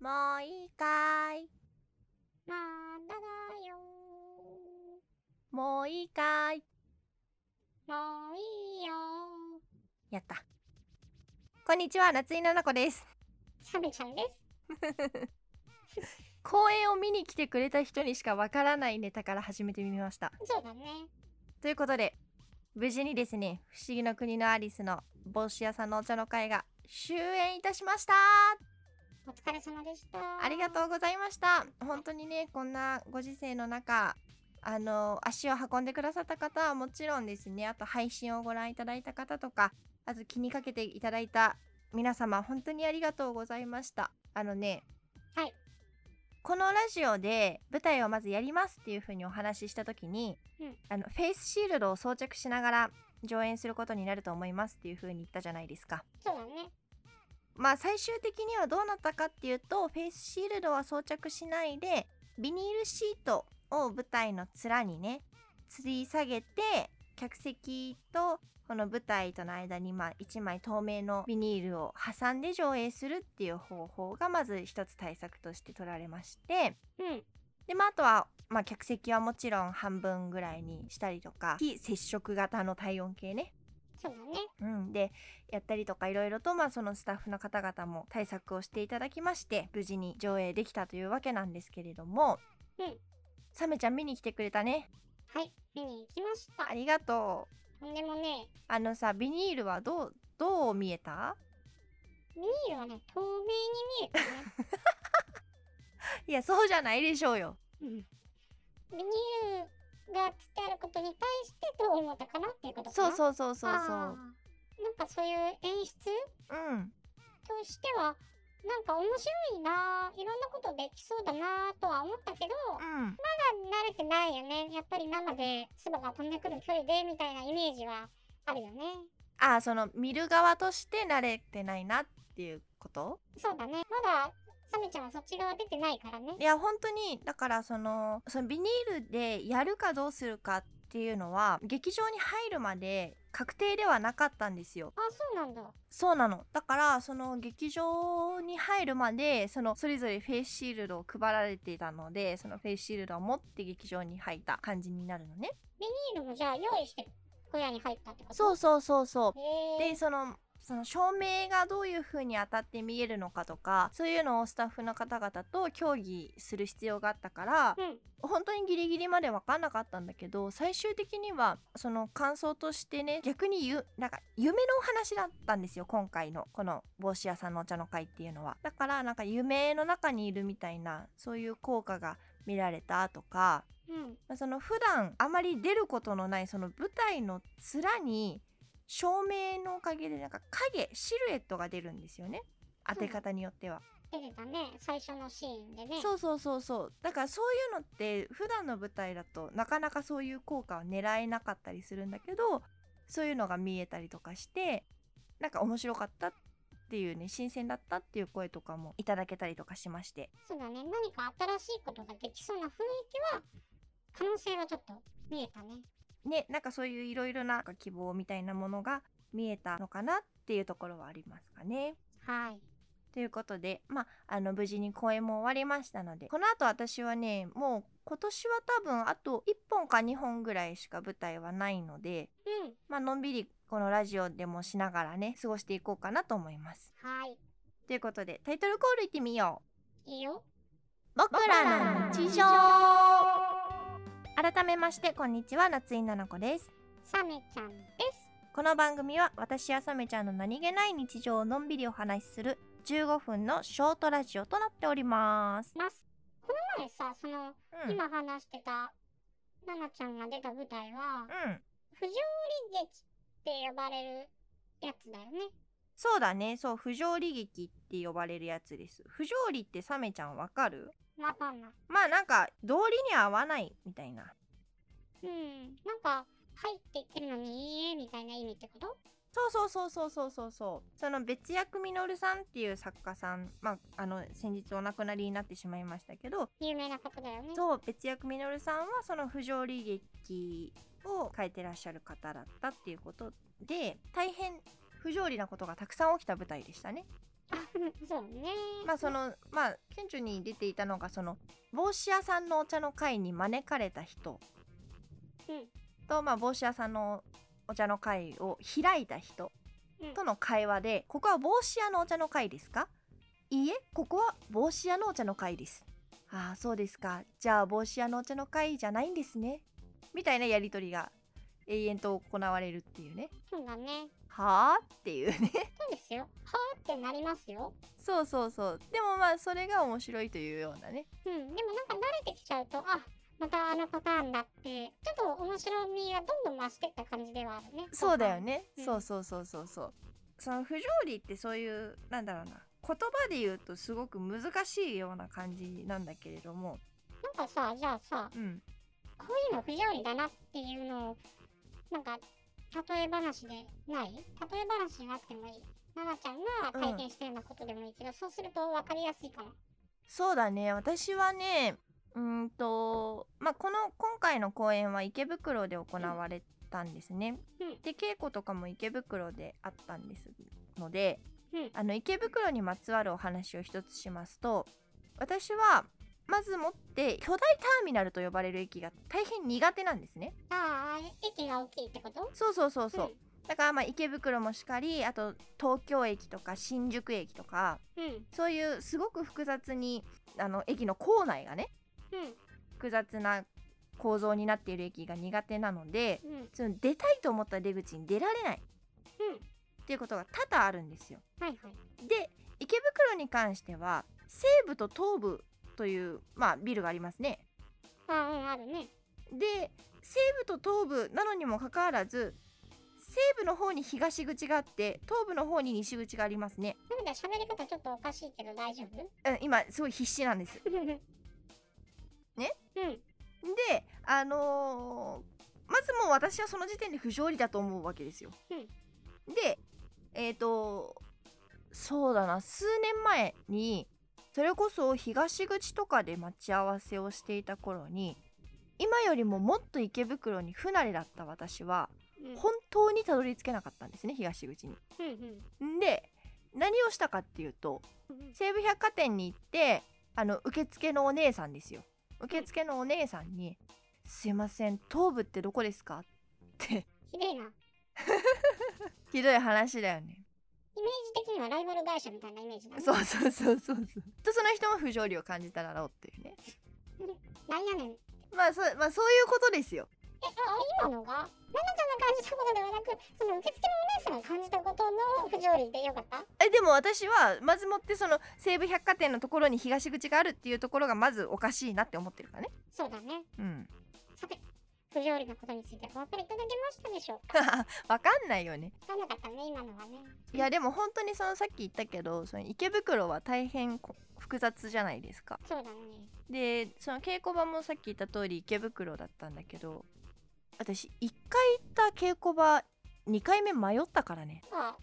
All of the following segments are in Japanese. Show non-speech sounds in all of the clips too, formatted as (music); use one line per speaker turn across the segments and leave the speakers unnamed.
もういいかい
まだだよ
もういいかい
もういいよ
やった。こんにちは、夏井菜々子です。
サメちゃんです。
公演を見に来てくれた人にしかわからないネタから始めてみました。
そうだね。
ということで、無事にですね、不思議の国のアリスの帽子屋さんのお茶の会が終演いたしました
お疲れ様でした。
ありが
う。
とうございました。本当にね、こんなご時世の中、あの、足を運んでくださった方はもちろんですね、あと配信をご覧いただいた方とか、あと気にかけていただいた皆様、本当にありがとうございました。あのね、
はい。
このラジオで舞台をまずやりますっていう風にお話しした時に、
うん
あのフェイスシールドを装着しながら上演することになると思いますっていう風に言ったじゃないですか。
そうだね。
まあ最終的にはどうなったかっていうとフェイスシールドは装着しないでビニールシートを舞台の面にね吊り下げて客席とこの舞台との間にまあ1枚透明のビニールを挟んで上映するっていう方法がまず一つ対策として取られまして
うん。
で、まあ、あとは、まあ、客席はもちろん半分ぐらいにしたりとか非接触型の体温計ね
そうだね。
うん、でやったりとかいろいろと、まあ、そのスタッフの方々も対策をしていただきまして無事に上映できたというわけなんですけれども、
うん
サメちゃん見に来てくれたね
はい。見に行きました
あ。りがとう
ほんでもね、
あのさビニールはどうどう見えた
ビニールはね、透明に見えたね。
いやそうじゃないでしょうよ
うん
(laughs)
ビニールがつってあることに対してどう思ったかなっていうことか
そ
な
うそうそうそうそ
あ
う
ーなんかそういう演出
うん
としてはなんか面白いないろんなことできそうだなとは思ったけど、
うん
慣れてないよねやっぱり生で唾が飛んでくる距離でみたいなイメージはあるよね
あーその見る側として慣れてないなっていうこと
そうだねまだサメちゃんはそっち側出てないからね
いや本当にだからそのそのビニールでやるかどうするかっていうのは劇場に入るまで確定ではなかったんですよ
あそうなんだ
そうなのだからその劇場に入るまでそのそれぞれフェイスシールドを配られていたのでそのフェイスシールドを持って劇場に入った感じになるのね
ビニールもじゃあ用意して小屋に入ったってこと
そうそうそうそう
へ
で
え
そのその照明がどういう風に当たって見えるのかとかそういうのをスタッフの方々と協議する必要があったから
うん
本当にギリギリまで分かんなかったんだけど最終的にはその感想としてね逆にゆなんか夢のお話だったんですよ今回のこの帽子屋さんのお茶の会っていうのはだからなんか夢の中にいるみたいなそういう効果が見られたとか、
うん
まあその普段あまり出ることのないその舞台の面に照明のおかげでなんか影シルエットが出るんですよね当て方によっては。
出てたね最初のシーンでね
そうそうそうそうだからそういうのって普段の舞台だとなかなかそういう効果は狙えなかったりするんだけどそういうのが見えたりとかしてなんか面白かったっていうね新鮮だったっていう声とかもいただけたりとかしまして
そうだね何か新しいことができそうな雰囲気は可能性はちょっと見えたね
ねなんかそういういろいろななんか希望みたいなものが見えたのかなっていうところはありますかね。
はい
ということで、まあ、あの無事に公演も終わりましたのでこの後私はねもう今年は多分あと1本か2本ぐらいしか舞台はないので
うん
まあのんびりこのラジオでもしながらね過ごしていこうかなと思います。
はい
ということでタイトルコールいってみよう
いいよ
僕らの日常改めましてこんにちは夏井菜々子です
サメちゃんです
この番組は私やさめちゃんの何気ない日常をのんびりお話しする15分のショートラジオとなっております、
ますこの前さその、
うん、
今話してたナナちゃんが出た舞台は
うん
不条理劇って呼ばれるやつだよね
そうだねそう不条理劇って呼ばれるやつです不条理ってさめちゃんわかる
わかんない
まあなんか道理に合わないみたいな
うんなんか入って言ってるのにいいえみたいな意味ってこと
そうそうそうそうそうそうそうその別役みのるさんっていう作家さんまああの先日お亡くなりになってしまいましたけど
有名な方だよね
そう別役みのるさんはその不条理劇を書いてらっしゃる方だったっていうことで大変不条理なことがたくさん起きた舞台でしたね。
あ (laughs) そうね。
まあそのまあ顕著に出ていたのがその帽子屋さんのお茶の会に招かれた人
うん
と、まあ、帽子屋さんのお茶の会を開いた人
うん
との会話で「ここは帽子屋のお茶の会ですか?」「いいえここは帽子屋のお茶の会です」「ああそうですかじゃあ帽子屋のお茶の会じゃないんですね」みたいなやり取りが永遠と行われるっていうね
そうだね。
「はあ?」っていうね (laughs)
そうですよ。はーってなりますよ。
そうそうそうでもまあそれが面白いというようなね
うん。でもなんか慣れてきちゃうと、あまたあのパターンだって、ちょっと面白みがどんどん増してった感じではあるね。
そうだよ。ね、
うん
そうそうそうそうそうその不条理ってそういうなんだろうな言葉で言うとすごく難しいような感じなんだけれども、
なんかさ、じゃあさ、
うん、
こういうの不条理だなっていうのを、なんか、例え話でない例え話じゃなくてもいい。ななちゃんが体験したようなことでもいいけど、そうすると分かりやすいかも。
そうだね私はねうーんとまあこの今回の公演は池袋で行われたんですね、
うん
で稽古とかも池袋であったんですので、
うん
あの池袋にまつわるお話を一つしますと私はまずもって巨大ターミナルと呼ばれる駅が大変苦手なんですね。
ああ、駅が大きいってこと
そうそうそうそう、だからまあ池袋もしかりあと東京駅とか新宿駅とか
うん。うん。
そういうすごく複雑にあの駅の構内がね複雑な構造になっている駅が苦手なので
うん。うん。
その出たいと思った出口に出られない
うん。
っていうことが多々あるんですよ。
はいはい。
で池袋に関しては西部と東部という、まあ、ビルがありますね。
ああ、うん、あるね。
で西部と東部なのにもかかわらず西部の方に東口があって東部の方に西口がありますね。
なので喋り方ちょっとおかしいけど大丈夫
うん、今すごい必死なんです。
ねうん。
であのーまずもう私はその時点で不条理だと思うわけですよ。でえっ、とそうだな数年前にそれこそ東口とかで待ち合わせをしていた頃に今よりももっと池袋に不慣れだった私は
うん。
本当にたどり着けなかったんですね東口に。
うん。うん。
んで何をしたかっていうと
うん
西武百貨店に行ってあの受付のお姉さんですよ受付のお姉さんに「すいません東部ってどこですか?」って
ひでえな。イメー
ひどい話だよね
ジ的にはライバル会社みたいなイメージだね。
そうそうそうそうそうとその人も不条理を感じただろうっていうね
なんやねん。え、
まあそう,、まあ、そういうことですよ
あ、今のがななちゃんが感じたことではなく、その受付のお姉さんが感じたことの不条理でよかった
えでも私はまずもってその西武百貨店のところに東口があるっていうところがまずおかしいなって思ってるからね
そうだね。
うん (laughs)
さて、不条理なことについてお分かりいただけましたでしょうか
わかんないよね
わかんなかったね、今のはね。
いやでも本当にそのさっき言ったけどその池袋は大変こ複雑じゃないですか
そうだね。
でその稽古場もさっき言った通り池袋だったんだけど私1回行った稽古場2回目迷ったからね
まあ、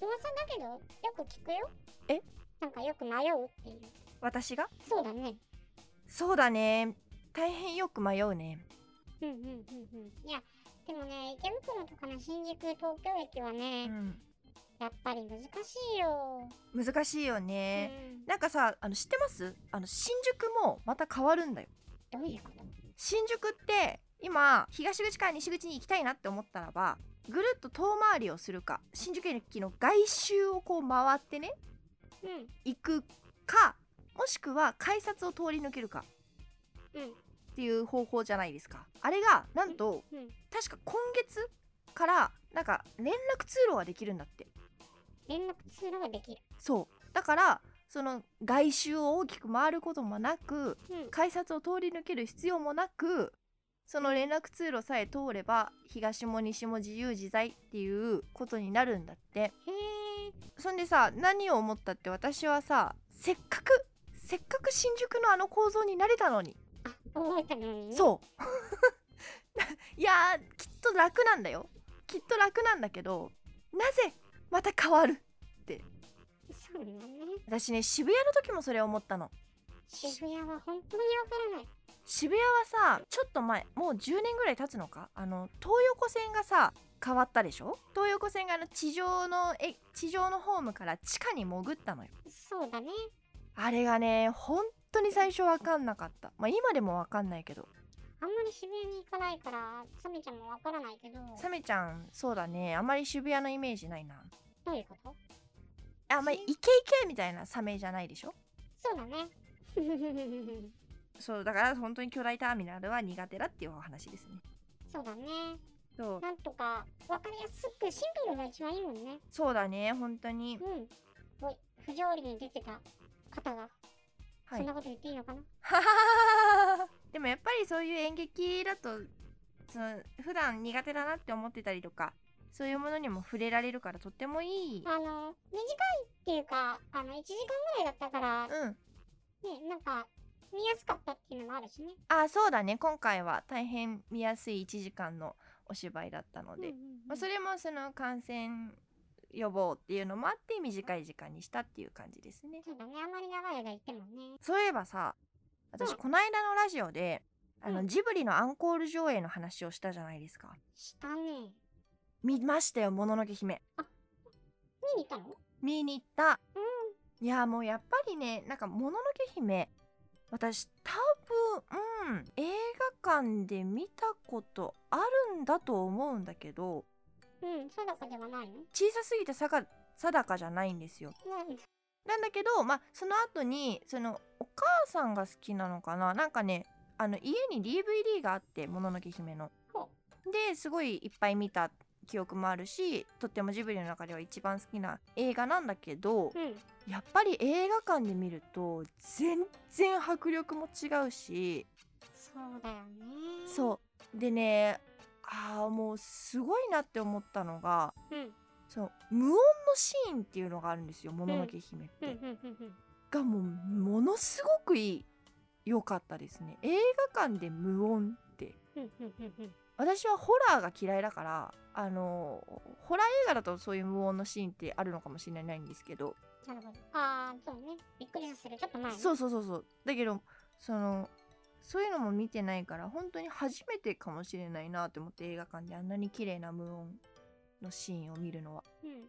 噂だけど、よく聞くよ。
え
なんかよく迷うっていう。
私が
そうだね。
そうだね大変よく迷うね
うんうんうんうん。いや、でもね、池袋とかの新宿、東京駅は
う
ね、
ん
やっぱり難しいよ。
難しいよ
う
ね、
ん、
なんかさあの知ってますあの新宿もまた変わるんだよ
どういうこと
新宿って今東口から西口に行きたいなって思ったらばぐるっと遠回りをするか新宿駅の外周をこう回ってね
うん。
行くかもしくは改札を通り抜けるか
うん。
っていう方法じゃないですかあれがなんと
うん。
確か今月からなんか連絡通路ができるんだって
連絡通路ができる。
そうだからその外周を大きく回ることもなく
うん。
改札を通り抜ける必要もなくその連絡通路さえ通れば東も西も自由自在っていうことになるんだって
へえ。
そんでさ何を思ったって私はさせっかくせっかく新宿のあの構造になれたのに
あ、覚えたのにね。
そう (laughs) いやーきっと楽なんだよきっと楽なんだけどなぜまた変わる
そうだね。
私ね渋谷の時もそれ思ったの
渋谷は本当にわからない。
渋谷はさちょっと前もう10年ぐらい経つのかあの東横線がさ変わったでしょ東横線があの地上のえ地上のホームから地下に潜ったのよ
そうだね。
あれがね本当に最初分かんなかったまあ今でも分かんないけど
あんまり渋谷に行かないから、サメちゃんもわからないけど、
サメちゃんそうだねあまり渋谷のイメージないな
どういうこと
あんまりイケイケみたいなサメじゃないでしょ
そうだね。 (laughs)
そうだから本当に巨大ターミナルは苦手だっていうお話ですね
そうだね。
そう
なんとか、わかりやすくシンプルが一番いいもんね。
そうだね本当に
うん。おい、不条理に出てた方が、
は
そ
い
んなこと言っていいのかな
(laughs) でもやっぱりそういう演劇だとその普段苦手だなって思ってたりとかそういうものにも触れられるからとってもいい
あの、短いっていうか、あの、1時間ぐらいだったから、ね、
うん
なんか、見やすかったっていうのもあるしね。
あそうだね今回は大変見やすい1時間のお芝居だったので、
うんうんうん
まあ、それもその感染予防っていうのもあって短い時間にしたっていう感じですね
そうだね、あんまり長い間言ってもね。
そういえばさ私
うん
この間のラジオであ
う
の
ん
ジブリのアンコール上映の話をしたじゃないですか
したね。
見ましたよもののけ姫
見に行ったの
見に行った、いやもうやっぱりねなんか「もののけ姫」私多分、うん、映画館で見たことあるんだと思うんだけど
うん、そうだかではないの
小さすぎてさか定かじゃないんですよ
うん
なんだけどまあその後にそのお母さんが好きなのかななんかねあの家に DVD があって「もののけ姫の」
ほ
ですごいいっぱい見た記憶もあるしとってもジブリの中では一番好きな映画なんだけど、
うん。
やっぱり映画館で見ると全然迫力も違うし
そうだよね。
そうでねああもうすごいなって思ったのが
う。うん。
その無音のシーンっていうのがあるんですよ「もののけ姫」って、
うんうんうんうん。
がもうものすごくいい良かったですね映画館で無音って
うんうんうんうん。
私はホラーが嫌いだからあのホラー映画だとそういう無音のシーンってあるのかもしれないんですけど
なるほど。ああ、そうね。びっくりさせる。ちょっと前ね。
そうそうそうそうだけどそのそういうのも見てないから本当に初めてかもしれないなと思って映画館であんなに綺麗な無音のシーンを見るのは
うん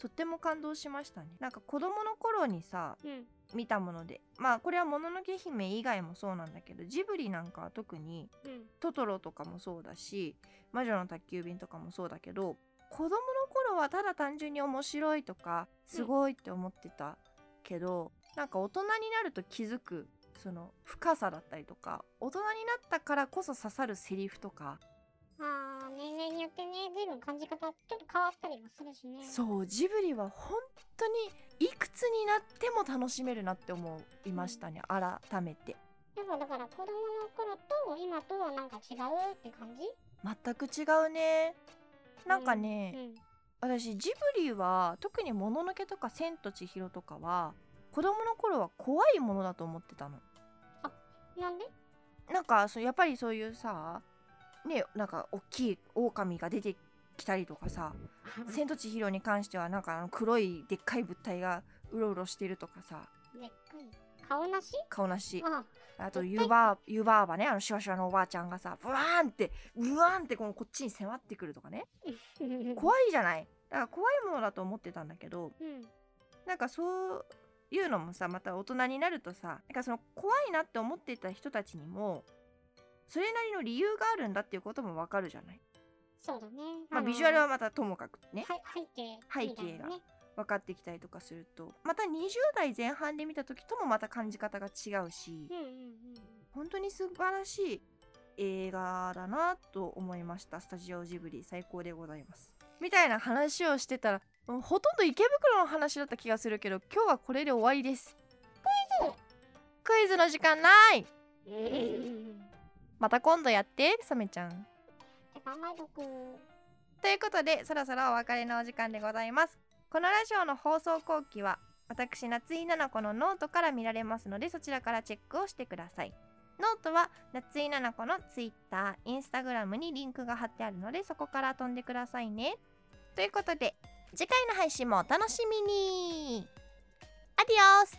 とっても感動しましたねなんか子供の頃にさ
うん
見たものでまあこれは「もののけ姫」以外もそうなんだけどジブリなんかは特に
うん。
「トトロ」とかもそうだし「魔女の宅急便」とかもそうだけど子供の頃はただ単純に面白いとかすごいって思ってたけど、なんか大人になると気づくその深さだったりとか大人になったからこそ刺さるセリフとか、
ああ、年齢によってね、随分感じ方、ちょっと変わったりもするしね。
そうジブリは本当にいくつになっても楽しめるなって思いましたね、改めて。
やっぱだから子供の頃と今とはなんか違うって感じ
全く違うねなんかね、
うん。
私ジブリは特に「もののけ」とか「千と千尋」とかは子供の頃は怖いものだと思ってたの。
なんで
なんかそうやっぱりそういうさねなんか大きい狼が出てきたりとかさ「千と千尋」に関してはなんかあの黒いでっかい物体がうろうろしてるとかさ
でっかい。顔なし
顔なし
ああ、
あと
絶
湯
対
婆湯婆婆ねあのシュワシュワのおばあちゃんがさブワーンってブワーンってこのこっちに迫ってくるとかね
怖い。
怖いじゃないだから怖いものだと思ってたんだけど
(laughs) うん。
なんかそういうのもさまた大人になるとさなんかその怖いなって思ってた人たちにもそれなりの理由があるんだっていうこともわかるじゃない、
そうだね。
まあ、
の
ビジュアルはまたともかくね
はい背景みたいなね。
分かってきたりとかするとまた20代前半で見た時ともまた感じ方が違うし
うんうんうん。
本当に素晴らしい映画だなと思いましたスタジオジブリ最高でございますみたいな話をしてたらもうほとんど池袋の話だった気がするけど今日はこれで終わりですクイズクイズの時間ない
うん。
また今度やってサメちゃん
じゃあ考えとく。
ということでそろそろお別れのお時間でございますこのラジオの放送後期は私夏井菜々子のノートから見られますのでそちらからチェックをしてくださいノートは夏井菜々子のツイッターインスタグラムにリンクが貼ってあるのでそこから飛んでくださいねということで次回の配信もお楽しみにアディオス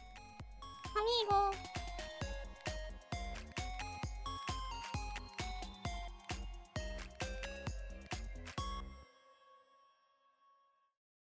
アミーゴ